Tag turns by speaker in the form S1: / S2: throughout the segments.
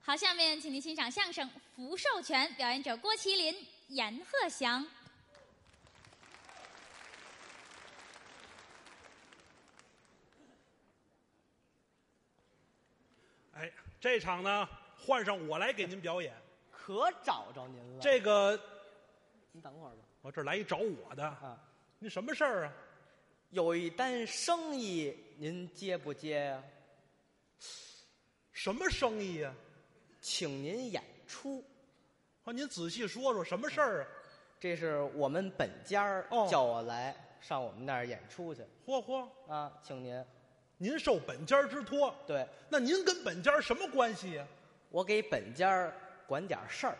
S1: 好，下面请您欣赏相声《福寿全》，表演者郭麒麟、阎鹤祥。
S2: 哎，这场呢，换上我来给您表演。
S3: 可找着您了。
S2: 这个，
S3: 您等会儿吧。
S2: 我这来一找我的，
S3: 啊，
S2: 您什么事儿啊？
S3: 有一单生意，您接不接啊呀、
S2: 什么生意呀、
S3: 请您演出，
S2: 啊？您仔细说说什么事儿啊？
S3: 这是我们本家儿
S2: 哦
S3: 叫我来上我们那儿演出去
S2: 嚯嚯，
S3: 啊，请您。
S2: 您受本家之托，
S3: 对，
S2: 那您跟本家什么关系呀、
S3: 我给本家儿管点事儿，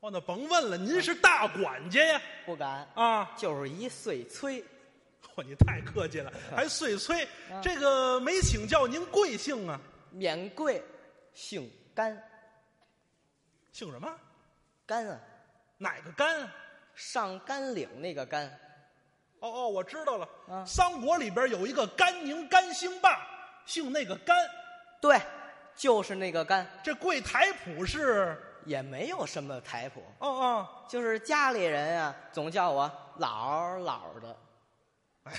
S2: 哦，那甭问了，您是大管家呀！
S3: 不敢，
S2: 啊，
S3: 就是一碎催。
S2: 嚯，哦你太客气了，还碎催。这个没请教您贵姓啊？
S3: 免贵，姓甘，
S2: 姓什么？
S3: 甘啊，
S2: 哪个甘啊？
S3: 上甘岭那个甘，
S2: 哦哦，我知道了。
S3: 啊
S2: 三国里边有一个甘宁甘兴霸，姓那个甘。
S3: 对，就是那个甘，
S2: 这柜台谱是
S3: 也没有什么台谱，
S2: 哦哦，
S3: 就是家里人啊，总叫我老儿老儿的，
S2: 哎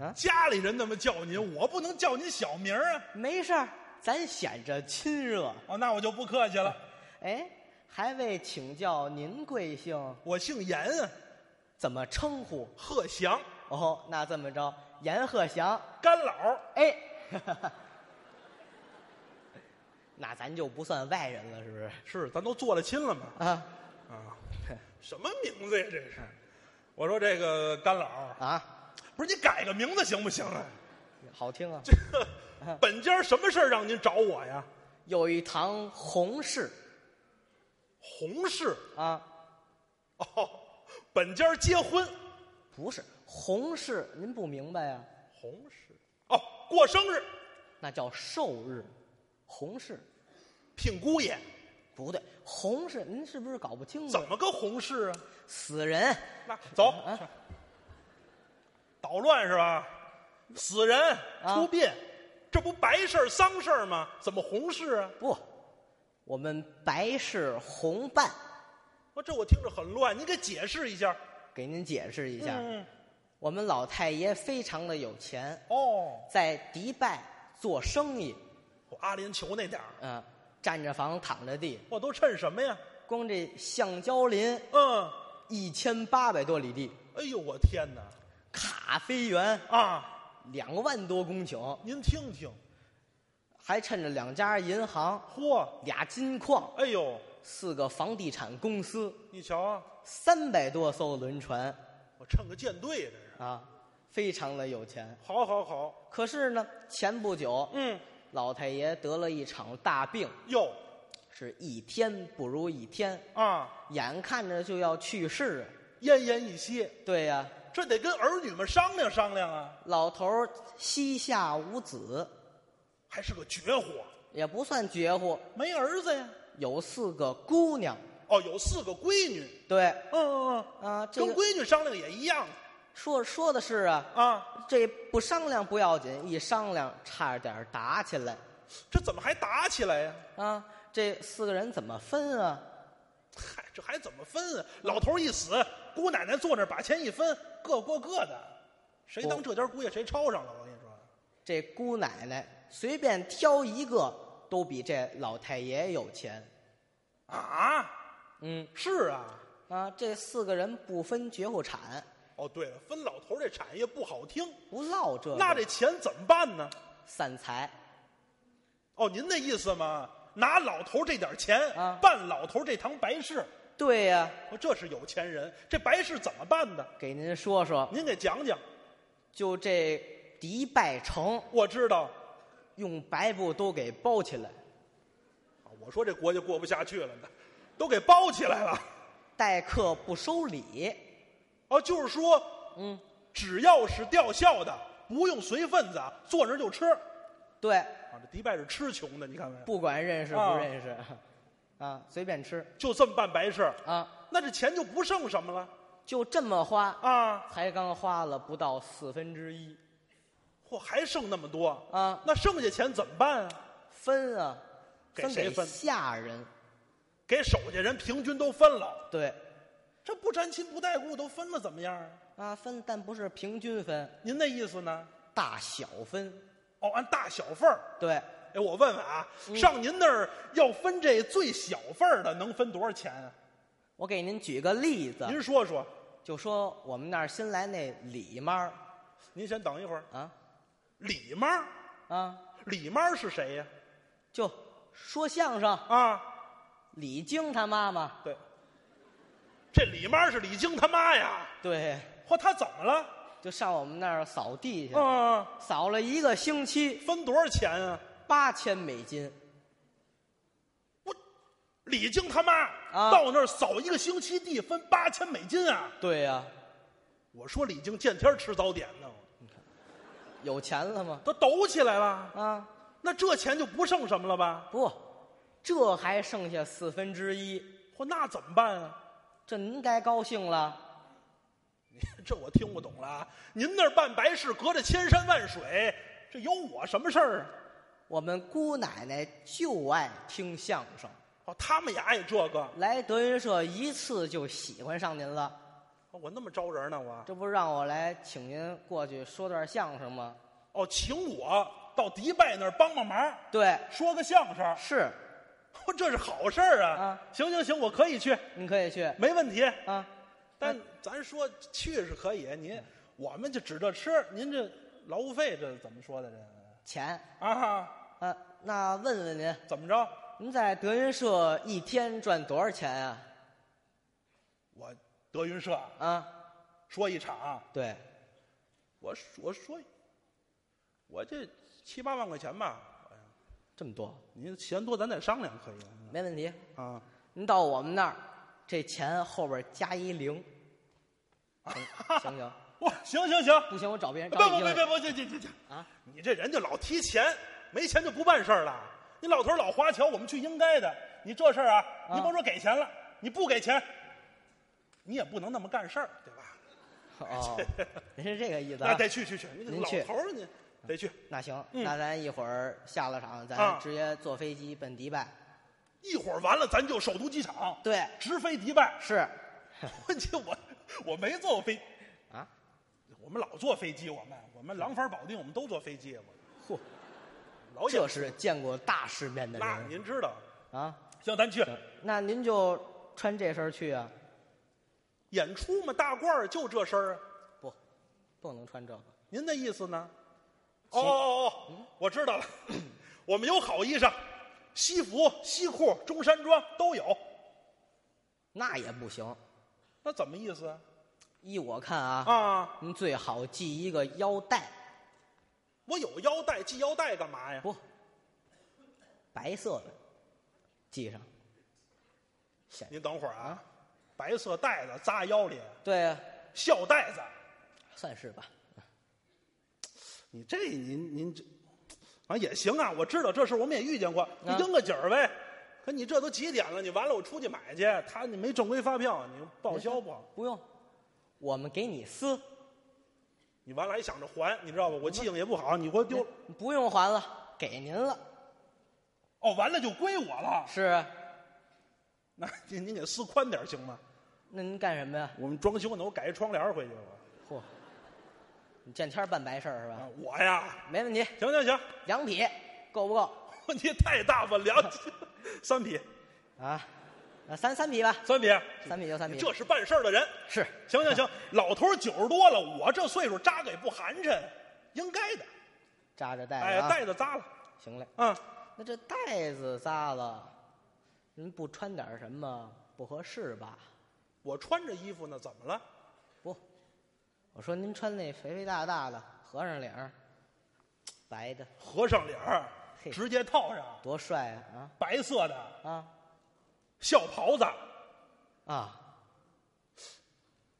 S2: 呀，
S3: 啊
S2: 家里人那么叫您，我不能叫您小名儿啊。
S3: 没事儿，咱显着亲热。
S2: 哦，那我就不客气了。
S3: 哎，还未请教您贵姓，
S2: 我姓严啊，
S3: 怎么称呼？
S2: 贺祥，
S3: 哦，那这么着，阎鹤祥，
S2: 甘老。
S3: 哎，那咱就不算外人了，是不是？
S2: 是，咱都做了亲了嘛。
S3: 啊
S2: 啊，什么名字呀？这是？我说这个甘老，
S3: 啊，
S2: 不是你改个名字行不行啊？
S3: 好听啊！
S2: 这个 本家什么事儿让您找我呀？
S3: 有一堂红事
S2: 红事
S3: 啊，
S2: 哦，本家结婚，
S3: 不是红事，您不明白呀、啊
S2: 红事哦，过生日，
S3: 那叫寿日，红事。
S2: 聘姑爷，
S3: 不对，红是您是不是搞不清楚
S2: 怎？么个红事啊？
S3: 死人
S2: 那走，
S3: 啊
S2: 捣乱是吧？死人
S3: 啊
S2: 出殡，这不白事儿丧事儿吗？怎么红事啊？
S3: 不，我们白事红办，
S2: 我这我听着很乱，您给解释一下。
S3: 给您解释一下。
S2: 嗯
S3: 我们老太爷非常的有钱，
S2: 哦，
S3: 在迪拜做生意，
S2: 我阿联酋那点儿，
S3: 嗯、站着房躺着地，
S2: 我都趁什么呀？
S3: 光这橡胶林
S2: 嗯，
S3: 一千八百多里地，
S2: 哎呦，我天哪！
S3: 咖啡园
S2: 啊，
S3: 两万多公顷，
S2: 您听听，
S3: 还趁着两家银行、
S2: 嚯，
S3: 俩金矿、
S2: 哎呦，
S3: 四个房地产公司、
S2: 你瞧啊，
S3: 三百多艘轮船。
S2: 我趁个舰队这是。
S3: 啊，非常的有钱。
S2: 好好好，
S3: 可是呢，前不久，
S2: 嗯，
S3: 老太爷得了一场大病，
S2: 哟
S3: 是一天不如一天，
S2: 啊，
S3: 眼看着就要去世啊。
S2: 奄奄一息，
S3: 对呀、
S2: 这得跟儿女们商量商量啊。
S3: 老头儿膝下无子，
S2: 还是个绝活，
S3: 也不算绝户，
S2: 没儿子呀。
S3: 有四个姑娘。
S2: 哦，有四个闺女，
S3: 对，
S2: 嗯嗯嗯，
S3: 啊，这
S2: 跟
S3: 个
S2: 闺女商量也一样
S3: 说说的是啊，
S2: 啊。
S3: 这不商量不要紧，一商量差点打起来
S2: 这怎么还打起来呀、
S3: 啊。这四个人怎么分啊？
S2: 嗨，这还怎么分啊？老头一死，姑奶奶坐那儿把钱一分，各过各的，谁当这家姑爷谁抄上了。我跟你说，
S3: 这姑奶奶随便挑一个都比这老太爷有钱。
S2: 啊，
S3: 嗯
S2: 是啊。
S3: 啊，这四个人不分绝户产，
S2: 哦，对了，分老头这产业不好听，
S3: 不落这个
S2: 那这钱怎么办呢？
S3: 散财
S2: 哦，您那意思嘛，拿老头这点钱、
S3: 啊
S2: 办老头这堂白事，
S3: 对呀、
S2: 我这是有钱人，这白事怎么办的？
S3: 给您说说，
S2: 您给讲讲。
S3: 就这迪拜城
S2: 我知道，
S3: 用白布都给包起来，
S2: 啊我说这国家过不下去了呢，都给包起来了。
S3: 待客不收礼。
S2: 哦，就是说，
S3: 嗯，
S2: 只要是吊孝的，不用随份子啊，坐那儿就吃。啊，
S3: 对，
S2: 这迪拜是吃穷的，你看没有？
S3: 不管认识
S2: 啊
S3: 不认识，啊随便吃
S2: 就这么办白事儿，
S3: 啊，
S2: 那这钱就不剩什么了
S3: 就这么花，
S2: 啊！
S3: 才刚花了不到四分之一
S2: 嚯，还剩那么多
S3: 啊
S2: 那剩下钱怎么办啊？
S3: 分啊，
S2: 给
S3: 分
S2: 谁
S3: 给
S2: 分？
S3: 下人。
S2: 给手下人平均都分了，
S3: 对，
S2: 这不沾亲不带故都分了，怎么样啊？
S3: 啊，分但不是平均分，
S2: 您那意思呢？
S3: 大小分。
S2: 哦，按大小份儿。
S3: 对，
S2: 哎，我问问啊，上您那儿要分这最小份儿的，能分多少钱啊？
S3: 我给您举个例子，
S2: 您说说。
S3: 就说我们那儿新来那李妈儿
S2: 您先等一会儿。
S3: 啊
S2: 李妈儿，
S3: 啊，
S2: 李妈儿是谁呀、
S3: 就说相声，
S2: 啊？
S3: 李菁他妈妈。
S2: 对，这李妈儿是李菁他妈呀。
S3: 对，
S2: 嚯，她怎么了？
S3: 就上我们那儿扫地去，
S2: 啊，
S3: 扫了一个星期，
S2: 分多少钱啊？
S3: 八千美金。
S2: 我李菁他妈、
S3: 啊
S2: 到那儿扫一个星期地，分八千美金啊！
S3: 对呀、
S2: 我说李菁见天儿吃早点呢，
S3: 有钱了吗？
S2: 都抖起来了。
S3: 啊，
S2: 那这钱就不剩什么了吧？
S3: 不，这还剩下四分之一，
S2: 嚯，那怎么办啊？
S3: 这您该高兴了。
S2: 这我听不懂了啊。您那儿办白事，隔着千山万水，这有我什么事儿啊？
S3: 我们姑奶奶就爱听相声，
S2: 哦，他们也爱这个。
S3: 来德云社一次就喜欢上您了。
S2: 哦我那么招人呢，我
S3: 这不是让我来请您过去说段相声吗？
S2: 哦，请我到迪拜那儿帮帮忙，
S3: 对，
S2: 说个相声，
S3: 是，
S2: 嚯这是好事儿啊！
S3: 啊
S2: 行行行，我可以去，
S3: 您可以去
S2: 没问题。
S3: 啊。
S2: 但咱说去是可以，您我们就指着吃，您这劳务费这怎么说的这
S3: 钱，
S2: 啊？
S3: 啊，那问问您，
S2: 怎么着？
S3: 您在德云社一天赚多少钱啊？
S2: 我德云社
S3: 啊，
S2: 说一场，
S3: 对，
S2: 我我说我这七八万块钱吧，
S3: 这么多，
S2: 您嫌多咱再商量可以
S3: 没问题。
S2: 啊？
S3: 您到我们那儿，这钱后边加一零，行行不行？
S2: 哇，行行行，
S3: 不行，我找别人。
S2: 不
S3: 找
S2: 不
S3: 你
S2: 不
S3: 去
S2: 不不，这这这这
S3: 哎啊！
S2: 你这人就老提钱，没钱就不办事儿了。你老头儿老花桥，我们去应该的。你这事儿啊，你甭说给钱了，你不给钱，你也不能那么干事儿，对吧？
S3: 哦，您是这个意思
S2: 那
S3: 啊？
S2: 得去去去，你
S3: 您
S2: 老
S3: 去
S2: 头儿你得去，
S3: 那行，
S2: 嗯
S3: 那咱一会儿下了场，咱
S2: 啊
S3: 直接坐飞机奔迪拜。
S2: 一会儿完了咱就首都机场，
S3: 对，
S2: 直飞迪拜。
S3: 是
S2: 我这我我没坐过飞，
S3: 啊，
S2: 我们老坐飞机，我们我们廊坊保定我们都坐飞机，我
S3: 嚯，
S2: 老有
S3: 这是见过大世面的
S2: 那
S3: 人
S2: 您知道？
S3: 啊。
S2: 行，咱去
S3: 那您就穿这身儿去啊？
S2: 演出嘛，大褂儿就这身儿啊。
S3: 不，不能穿这个。
S2: 您的意思呢？哦哦哦，我知道了， 我们有好衣裳，西服、西裤、中山装都有。
S3: 那也不行。
S2: 那怎么意思啊？
S3: 依我看啊，
S2: 啊，
S3: 您最好系一个腰带，
S2: 我有腰带，系腰带干嘛呀？
S3: 不，白色的，系上。显
S2: 您等会儿啊，白色带子扎腰里，
S3: 对啊，
S2: 孝带子。
S3: 算是吧。
S2: 你这您您这，啊也行啊，我知道这事儿我们也遇见
S3: 啊
S2: 过，你应个景儿呗。可你这都几点了？你完了我出去买去，他你没正规发票，你报销不好。
S3: 不用，我们给你撕，
S2: 你完了还想着还，你知道吧？我记性也不好，你给我丢了。
S3: 不用还了，给您了。
S2: 哦，完了就归我了。
S3: 是啊，
S2: 那您您给撕宽点儿行吗？
S3: 那您干什么呀？
S2: 我们装修呢，我改一窗帘儿回去我
S3: 嚯，你见天儿办白事儿是
S2: 啊
S3: 吧？，
S2: 我呀，
S3: 没问题，
S2: 行行行，
S3: 两匹够不够？
S2: 你太大方， 两三匹
S3: 啊，那三三匹吧，
S2: 三匹，
S3: 三匹就三匹。
S2: 这是办事儿的人。
S3: 是
S2: 行行行，老头九十多了，我这岁数扎个也不寒碜，应该的。
S3: 扎着带
S2: 哎
S3: 子、啊，，
S2: 带子扎了，
S3: 行嘞。
S2: 嗯，
S3: 那这带子扎了，您不穿点儿什么不合适吧？
S2: 我穿着衣服呢，怎么了？
S3: 不，我说您穿那肥肥大大的和尚领儿，白的，
S2: 合上领儿，
S3: 嘿
S2: 直接套上
S3: 多帅啊
S2: 白色的
S3: 啊
S2: 孝袍子。
S3: 啊啊！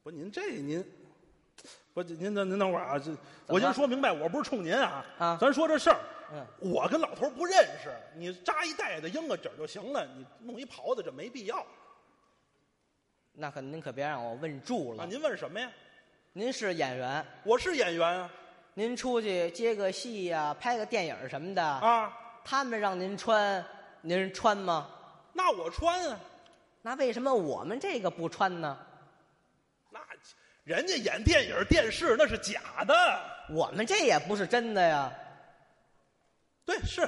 S2: 不，您这您，不，您等您等会儿啊，这
S3: 么
S2: 我先
S3: 了
S2: 说明白，我不是冲您啊，
S3: 啊
S2: 咱说这事儿，
S3: 嗯，
S2: 我跟老头儿不认识，你扎一带子应个褶儿就行了，你弄一袍子这没必要啊。
S3: 那可您可别让我问住了。
S2: 啊您问什么呀？
S3: 您是演员，
S2: 我是演员啊，
S3: 您出去接个戏呀、拍个电影儿什么的，
S2: 啊，
S3: 他们让您穿您穿吗？
S2: 那我穿啊，
S3: 那为什么我们这个不穿呢？
S2: 那人家演电影、电视那是假的。
S3: 我们这也不是真的呀。
S2: 对，是，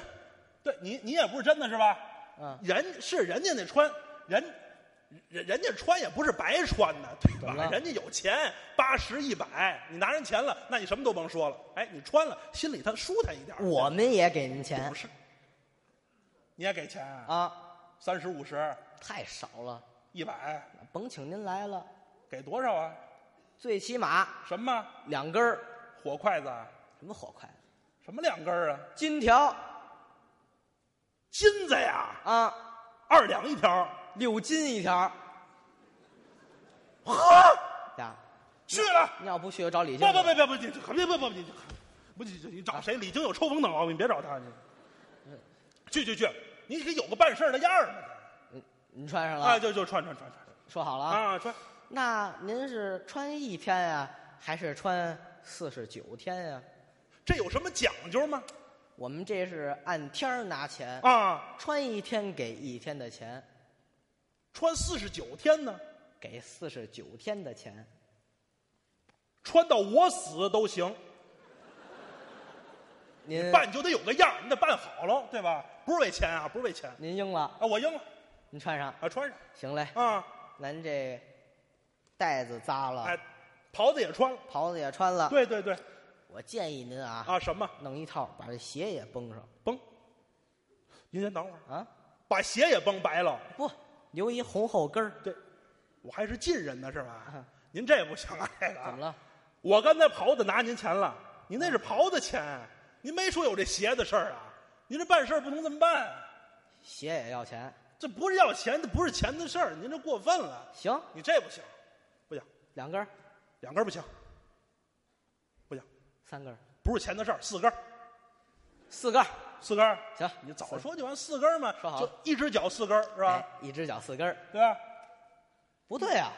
S2: 对你你也不是真的是吧？
S3: 嗯，
S2: 人是人家那穿人。人人家穿也不是白穿的，对
S3: 怎么
S2: 吧？
S3: 了
S2: 人家有钱，八十一百，你拿人钱了，那你什么都甭说了。哎，你穿了，心里他舒坦一点。
S3: 我们也给您钱
S2: 不是，你也给钱啊？
S3: 啊，
S2: 三十、五十、
S3: 太少了，
S2: 一百，
S3: 甭请您来了，
S2: 给多少啊？
S3: 最起码
S2: 什么
S3: 两根儿，
S2: 火筷子？啊？
S3: 什么火筷子，
S2: 什么两根儿啊？
S3: 金条
S2: 金子呀，
S3: 啊，
S2: 二两一条。
S3: 六斤一条。
S2: 呵，
S3: 呀，
S2: 去了！
S3: 你要不去我找李
S2: 不
S3: 静。
S2: 不不不不，你可别别不不你不你你找谁？李菁有抽风的毛病，别找他你。去去去，你给有个办事儿的样儿嘛
S3: 你穿上了？
S2: 啊！就就穿穿穿穿
S3: 说好了啊。
S2: 啊穿！
S3: 那您是穿一天啊，还是穿四十九天呀、
S2: 这有什么讲究吗？
S3: 我们这是按天儿拿钱，
S2: 啊，
S3: 穿一天给一天的钱，
S2: 穿四十九天呢，
S3: 给四十九天的钱。
S2: 穿到我死都行。
S3: 您
S2: 办就得有个样儿，你得办好喽，对吧？不是为钱啊，不是为钱
S3: 您应了，
S2: 啊，我应了
S3: 您穿上，
S2: 啊，穿上
S3: 行嘞。
S2: 啊，
S3: 咱这带子扎了，
S2: 哎，袍子也穿了，
S3: 袍子也穿了。
S2: 对对对
S3: 我建议您啊，
S2: 啊，什么
S3: 弄一套，把这鞋也绷上
S2: 崩？您先等会儿，
S3: 啊，
S2: 把鞋也崩白了，
S3: 不留一红后跟儿。
S2: 对，我还是近人呢，是吧
S3: 嗯？
S2: 您这不行啊，这个
S3: 怎么了？
S2: 我刚才袍子拿您钱了，您那是袍子钱，您没说有这鞋的事儿啊？您这办事儿不能这么办啊，
S3: 鞋也要钱？
S2: 这不是要钱，这不是钱的事儿，您这过分了，
S3: 行，
S2: 你这不行，不行，
S3: 两根儿，
S2: 两根儿不行，不行。
S3: 三根儿，
S2: 不是钱的事儿，四根儿，
S3: 四根儿。
S2: 四根儿。
S3: 行，
S2: 你早
S3: 四
S2: 说就完四根儿嘛，
S3: 说好
S2: 就
S3: 了
S2: 一只脚四根儿是吧？
S3: 哎一只脚四根儿，
S2: 对吧？
S3: 不对啊，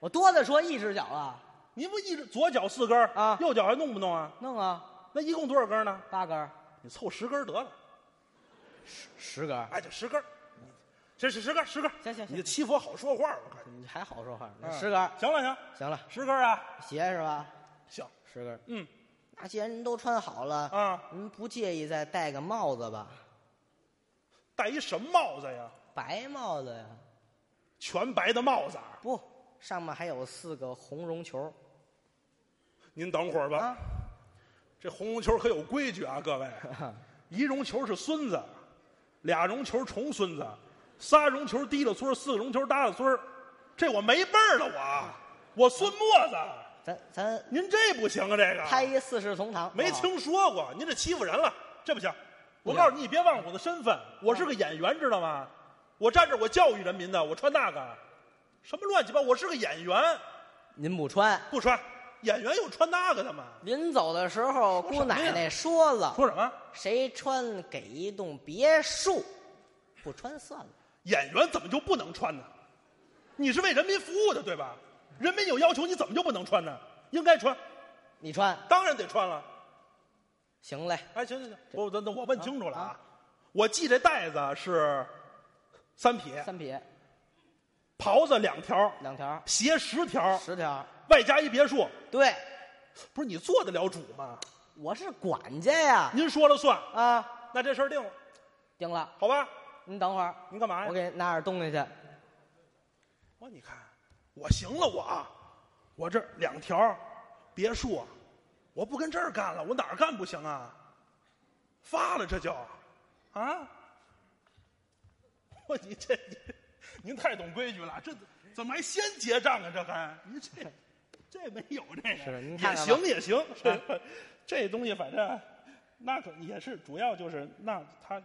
S3: 我多的说一只脚啊，
S2: 你不一只左脚四根儿
S3: 啊
S2: 右脚还弄不弄啊？
S3: 弄啊，
S2: 那一共多少根儿呢？
S3: 八根儿，
S2: 你凑十根儿得了，
S3: 十根儿，
S2: 哎，就十根儿，这是十根儿，十根儿。
S3: 行行行
S2: 你七佛好说话，我看
S3: 你还好说话，
S2: 嗯
S3: 十根儿，
S2: 行了行，
S3: 行了，
S2: 十根儿啊，
S3: 鞋是吧？
S2: 行，
S3: 十根儿，
S2: 嗯
S3: 那既然您都穿好了，
S2: 啊，
S3: 您不介意再戴个帽子吧？
S2: 戴一什么帽子呀？
S3: 白帽子呀，
S2: 全白的帽子啊。
S3: 不，上面还有四个红绒球
S2: 您等会儿吧，
S3: 啊，
S2: 这红绒球可有规矩啊，各位， 一绒球是孙子，俩绒球重孙子，仨绒球提了村儿，四个绒球搭了村儿，这我没辈儿了我，我孙墨子，
S3: 咱咱
S2: 您这不行啊，这个
S3: 拍一四世同堂，
S2: 没
S3: 好不好
S2: 听说过，您这欺负人了，这不行。我
S3: 啊不行啊
S2: 告诉你，你别忘我的身份，我是个演员，知道吗？我站这儿，我教育人民的，我穿那个，什么乱七八，我是个演员，
S3: 您不穿。
S2: 不穿，演员有穿那个的吗？
S3: 临走的时候，
S2: 什
S3: 姑
S2: 么呀
S3: 奶奶说了，
S2: 说什么？
S3: 谁穿给一栋别墅，不穿算了。
S2: 演员怎么就不能穿呢？你是为人民服务的，对吧？人民有要求，你怎么就不能穿呢？应该穿，
S3: 你穿
S2: 当然得穿了。
S3: 行嘞，
S2: 哎，行行行，我我我问清楚了啊，
S3: 啊
S2: 我系这带子是三撇，
S3: 三撇
S2: 袍子两条，
S3: 两条，
S2: 鞋十条，
S3: 十条。
S2: 外加一别墅。
S3: 对，
S2: 不是你做得了主吗？
S3: 我是管家呀。
S2: 您说了算，
S3: 啊，
S2: 那这事儿定了，
S3: 定了，
S2: 好吧？
S3: 您等会儿，
S2: 您干嘛呀
S3: 我？给拿点东西去。
S2: 我你看，我行了我，啊，我这两条别墅，啊，我不跟这儿干了，我哪儿干不行啊？发了这就，啊！ 我你这 你您太懂规矩了，这怎么还先结账啊？这还您这这没有这个
S3: 是您
S2: 也
S3: 看看吧
S2: 行也行，这 这东西反正那可也是主要就是那他。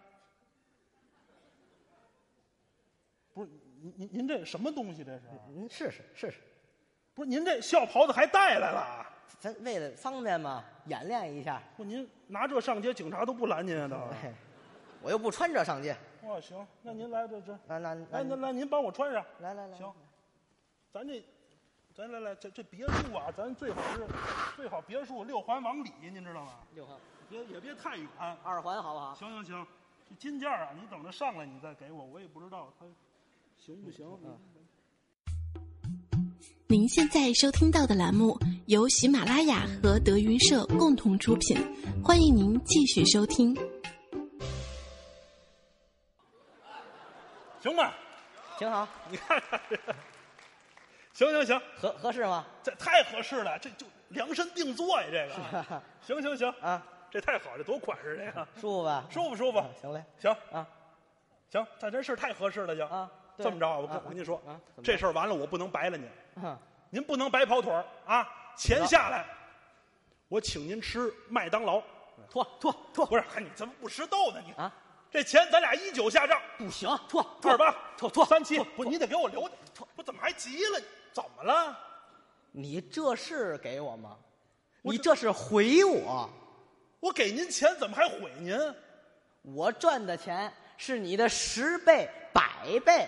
S2: 不是您您您这什么东西这是？
S3: 您嗯试试试试，
S2: 不是您这校袍子还带来了啊？
S3: 咱为了方便嘛，演练一下。
S2: 不，哦您拿这上街，警察都不拦您啊！都。
S3: 哎 我又不穿这上街，
S2: 哇，行，那您来这这，
S3: 来来
S2: 来
S3: 来
S2: 来来，您帮我穿上。
S3: 来来来，
S2: 行，咱这，咱来来，这这别墅啊，咱最好是最好别墅六环往里，您知道吗？
S3: 六号
S2: 别也别太远。
S3: 二环好不好？
S2: 行行行，这金价啊，你等着上来你再给我，我也不知道它行不行。
S4: 您现在收听到的栏目由喜马拉雅和德云社共同出品，欢迎您继续收听。
S2: 行吧，
S3: 挺好，
S2: 你看看这，行行行，
S3: 合合适吗？
S2: 这太合适了，这就量身定做呀，这个。行行行，
S3: 啊，
S2: 这太好了，多款式这个，
S3: 舒服吧？
S2: 舒服舒服
S3: 啊。行嘞，
S2: 行
S3: 啊
S2: 行，这真是太合适了，行
S3: 啊对
S2: 这么着啊，我
S3: 啊
S2: 跟我跟您说
S3: 啊怎么着，
S2: 这事儿完了，我不能白了您，
S3: 嗯
S2: 您不能白跑腿儿啊！钱下来，我请您吃麦当劳。
S3: 脱脱脱
S2: 不是，哎嗨，你怎么不识逗呢？你
S3: 啊，
S2: 这钱咱俩一九下账，
S3: 不行，脱脱
S2: 二八
S3: 脱脱
S2: 三七
S3: 脱，
S2: 不，你得给我留点。我怎么还急了？怎么了？
S3: 你这是给我吗？
S2: 我
S3: 你这是回我？
S2: 我给您钱，怎么还毁您？
S3: 我赚的钱是你的十倍、百倍，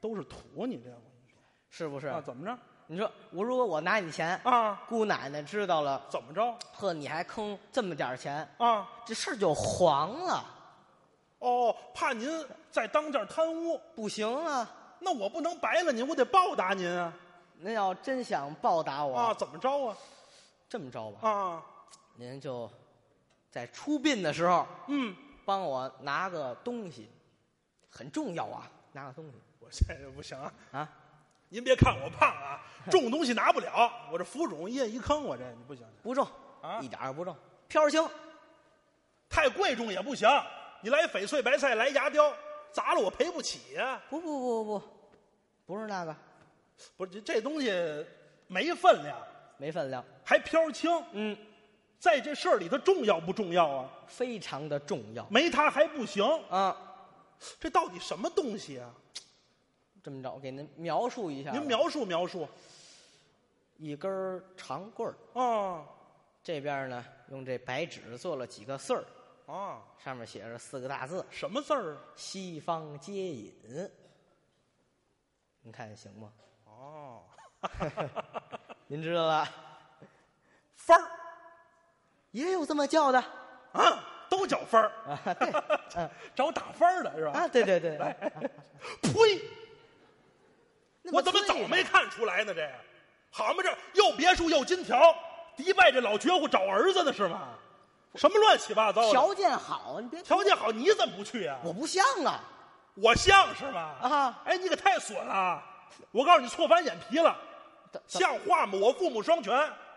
S2: 都是图你这样，我跟你
S3: 是不是？
S2: 说啊，怎么着？
S3: 你说我如果我拿你钱，
S2: 啊，
S3: 姑奶奶知道了，
S2: 怎么着？
S3: 呵，你还坑这么点儿钱，
S2: 啊，
S3: 这事儿就黄了，
S2: 哦，怕您在当间贪污，
S3: 不行啊！
S2: 那我不能白了您，我得报答您啊！
S3: 您要真想报答我，
S2: 啊，怎么着啊？
S3: 这么着吧，
S2: 啊，
S3: 您就在出殡的时候
S2: 嗯，
S3: 帮我拿个东西，很重要啊，拿个东西
S2: 我现在不行啊！
S3: 啊，
S2: 您别看我胖啊，重东西拿不了，我这浮肿一夜一坑，我这你不行，
S3: 不重
S2: 啊
S3: 一点儿也不重，飘轻，
S2: 太贵重也不行。你来翡翠白菜，来牙雕，砸了我赔不起啊呀、
S3: 不不不不不，不是那个，
S2: 不是这这东西没分量，
S3: 没分量，
S2: 还飘轻，
S3: 嗯，
S2: 在这事儿里它重要不重要啊？
S3: 非常的重要
S2: 没它还不行，
S3: 啊。
S2: 这到底什么东西啊？
S3: 这么着，我给您描述一下吧，
S2: 您描述描述
S3: 一根儿长棍儿，
S2: 啊
S3: 这边儿呢用这白纸做了几个穗儿，
S2: 啊，
S3: 上面写着四个大字
S2: 什么字儿
S3: “西方接引”。您看行吗？
S2: 啊？哦，
S3: 您知 道了，
S2: 番儿
S3: 也有这么叫的
S2: 啊，都叫番儿
S3: 啊，对
S2: 找打番儿的是吧？
S3: 啊，对对对，
S2: 呸！
S3: 那
S2: 哎我怎么早
S3: 脆呢
S2: 没看出来呢？这好嘛，这又别墅又金条，迪拜这老绝户找儿子的是吗？什么乱七八糟的？
S3: 条件好，你别
S2: 条件好，你怎么不去啊？
S3: 我不像啊，
S2: 我像是吗？
S3: 啊
S2: 哎，你可太损了！我告诉你，错翻眼皮了，
S3: 怎怎
S2: 像话吗？我父母双全，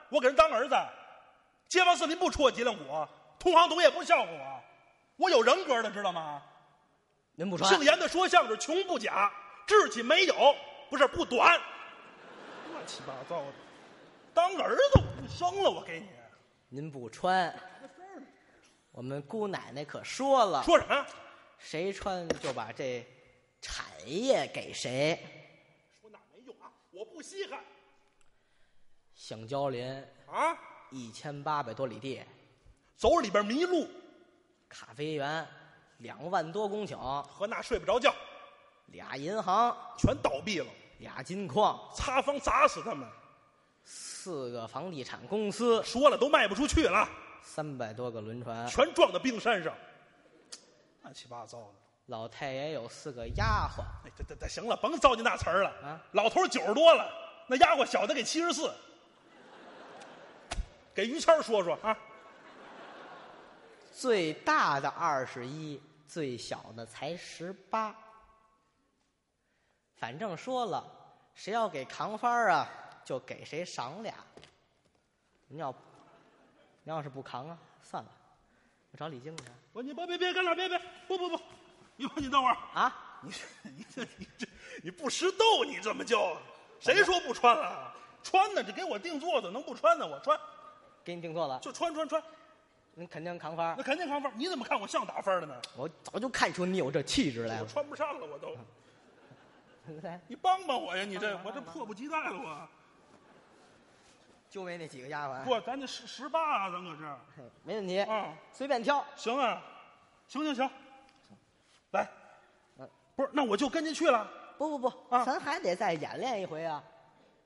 S2: 我给人当儿子，街坊四邻不戳脊梁骨，同行同业不笑话我，我有人格的，知道吗？
S3: 您不穿
S2: 姓严的说相声穷不假，志气没有，不是不短。乱七八糟的，当儿子我不生了，我给你
S3: 您不穿，我们姑奶奶可说了，
S2: 说什么呀？
S3: 谁穿就把这产业给谁。
S2: 说那没用啊，我不稀罕
S3: 橡胶林
S2: 啊，
S3: 一千八百多里地，
S2: 走着里边迷路，
S3: 咖啡园两万多公顷，
S2: 和那睡不着觉，
S3: 俩银行，
S2: 全倒闭了。
S3: 俩金矿，
S2: 塌方砸死他们，
S3: 四个房地产公司，
S2: 说了都卖不出去了，
S3: 三百多个轮船。
S2: 全撞到冰山上，乱七八糟的。
S3: 老太爷有四个丫鬟，
S2: 哎，这这这行了，甭糟践那词儿了。
S3: 啊
S2: 老头九十多了，那丫鬟小的给七十四。给于谦儿说说啊，
S3: 最大的二十一，最小的才十八。反正说了，谁要给扛幡儿啊，就给谁赏俩。您要，您要是不扛啊，算了，我找李菁去
S2: 我你别别别，干了，别别，不不不，你你等会儿，
S3: 啊。
S2: 你你这你这你不识逗，你怎么就？谁说不穿了？穿呢，这给我定做的，能不穿呢？我穿
S3: 给你定做了，
S2: 就穿穿穿，
S3: 您肯定扛幡
S2: 那
S3: 儿。
S2: 肯定扛分儿。你怎么看我像打分儿的呢？
S3: 我早就看出你有这气质来
S2: 我
S3: 了。
S2: 穿不上了，我都。
S3: 来，
S2: 你帮帮我呀！你这我这迫不及待了，我
S3: 就没那几个丫鬟，
S2: 不，咱这十十八啊，咱搁这儿
S3: 嘿没问题，
S2: 嗯
S3: 随便挑。
S2: 行啊，行行行，来
S3: 嗯，
S2: 不是，那我就跟进去了，
S3: 不不不，
S2: 啊
S3: 咱还得再演练一回啊，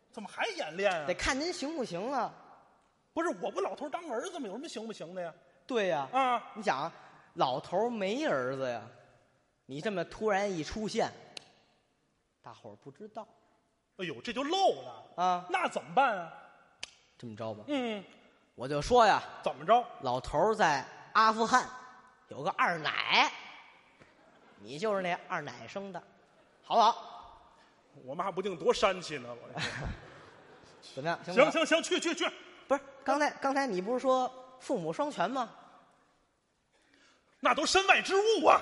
S2: 怎么还演练啊
S3: 得？看您行不行啊。
S2: 不是，我不老头当儿子吗？有什么行不行的呀？
S3: 对呀、
S2: 啊，
S3: 你想啊，老头儿没儿子呀，你这么突然一出现，大伙儿不知道
S2: 哎呦，这就漏了，
S3: 啊。
S2: 那怎么办啊？
S3: 这么着吧，
S2: 嗯，
S3: 我就说呀，
S2: 怎么着？
S3: 老头儿在阿富汗有个二奶，你就是那二奶生的，好不好？
S2: 我妈不定多煽气呢。我
S3: 怎么样？ 行
S2: 行
S3: 不
S2: 行行，去去去，
S3: 不是，刚才刚才你不是说父母双全吗？
S2: 那都身外之物啊！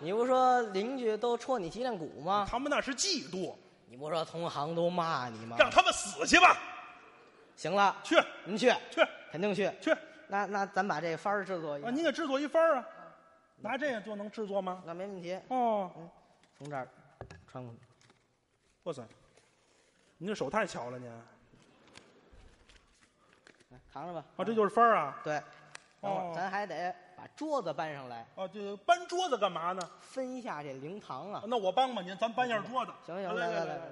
S3: 你不是说邻居都戳你脊梁骨吗？
S2: 他们那是嫉妒，
S3: 你不是说同行都骂你吗？
S2: 让他们死去吧！
S3: 行了，
S2: 去
S3: 您去，
S2: 去
S3: 肯定去。
S2: 去，
S3: 那那咱把这番儿制作一
S2: 啊，
S3: 下，
S2: 您给制作一分儿啊，拿这个就能制作吗？
S3: 那没问题。
S2: 哦，
S3: 从这儿穿过去，
S2: 哇塞，您这手太巧了，您啊，
S3: 来扛着吧。嗯
S2: 这就是分儿啊！
S3: 对，等会儿
S2: 哦
S3: 咱还得把桌子搬上来，
S2: 啊，这搬桌子干嘛呢？
S3: 分一下这灵堂啊。
S2: 那我帮帮您，咱搬一下桌子。啊
S3: 行行，
S2: 来来
S3: 来来，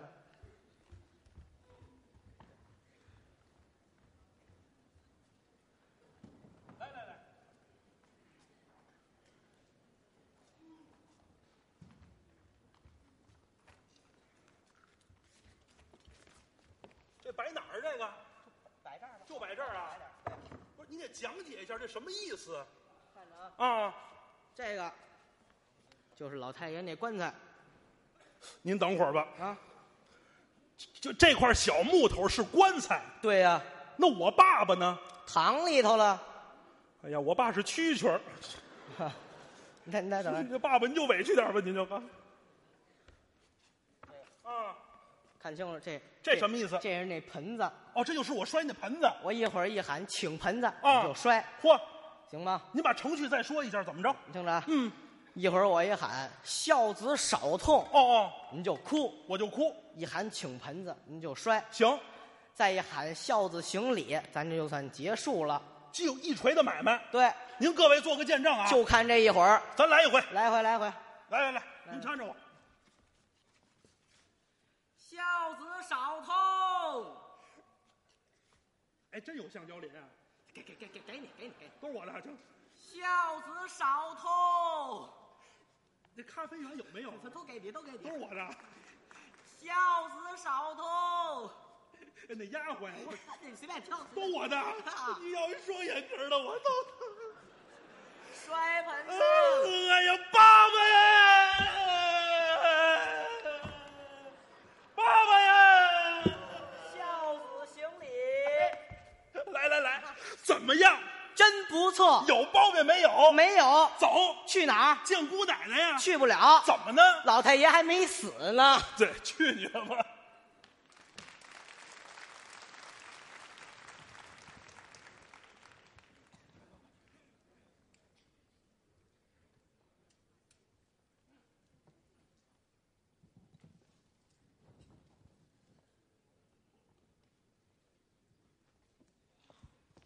S2: 这摆哪儿？这个
S3: 摆这儿吧，
S2: 就摆这儿啊？不是，您给讲解一下这什么意思
S3: 看着啊，
S2: 啊？
S3: 这个就是老太爷那棺材
S2: 您等会儿吧，
S3: 啊。
S2: 就这块小木头是棺材，
S3: 对呀、
S2: 那我爸爸呢？
S3: 躺里头了。
S2: 哎呀，我爸是蛐蛐儿，
S3: 你看，你再等会儿
S2: 您 这爸爸您就委屈点吧，您就啊。啊，
S3: 看清楚这
S2: 这什么意思
S3: 这是那盆子，
S2: 哦，这就是我摔那盆子。
S3: 我一会儿一喊请盆子，
S2: 啊
S3: 你就摔，
S2: 嚯，
S3: 行吗？
S2: 您把程序再说一下，怎么着？
S3: 你听着，啊
S2: 嗯，
S3: 一会儿我一喊孝子少痛，
S2: 哦哦，
S3: 您就哭；
S2: 我就哭。
S3: 一喊请盆子，您就摔；
S2: 行，
S3: 再一喊孝子行礼，咱这就算结束了。
S2: 既有一锤的买卖，
S3: 对，
S2: 您各位做个见证啊。
S3: 就看这一会儿，
S2: 咱来一回，
S3: 来回来回。
S2: 来来来，您搀着我。
S3: 孝子少痛，
S2: 哎，真有橡胶林啊，
S3: 给给给给给你给你给你。
S2: 都是我的。行，
S3: 孝子少痛，
S2: 那咖啡园有没有？
S3: 都给你都给
S2: 都是。我的。哎
S3: 孝子少痛，
S2: 哎那丫鬟，我
S3: 你随便挑。
S2: 都我的。
S3: 啊
S2: 你要一双眼皮儿的，我都。
S3: 摔盆嗯
S2: 哎呀，爸爸呀！爸爸呀！
S3: 孝子行礼，
S2: 来来来，怎么样？
S3: 真不错。
S2: 有包庇没有？
S3: 没有？
S2: 走，
S3: 去哪儿？
S2: 见姑奶奶呀！
S3: 去不了。
S2: 怎么呢？
S3: 老太爷还没死呢。
S2: 对，去你的吧！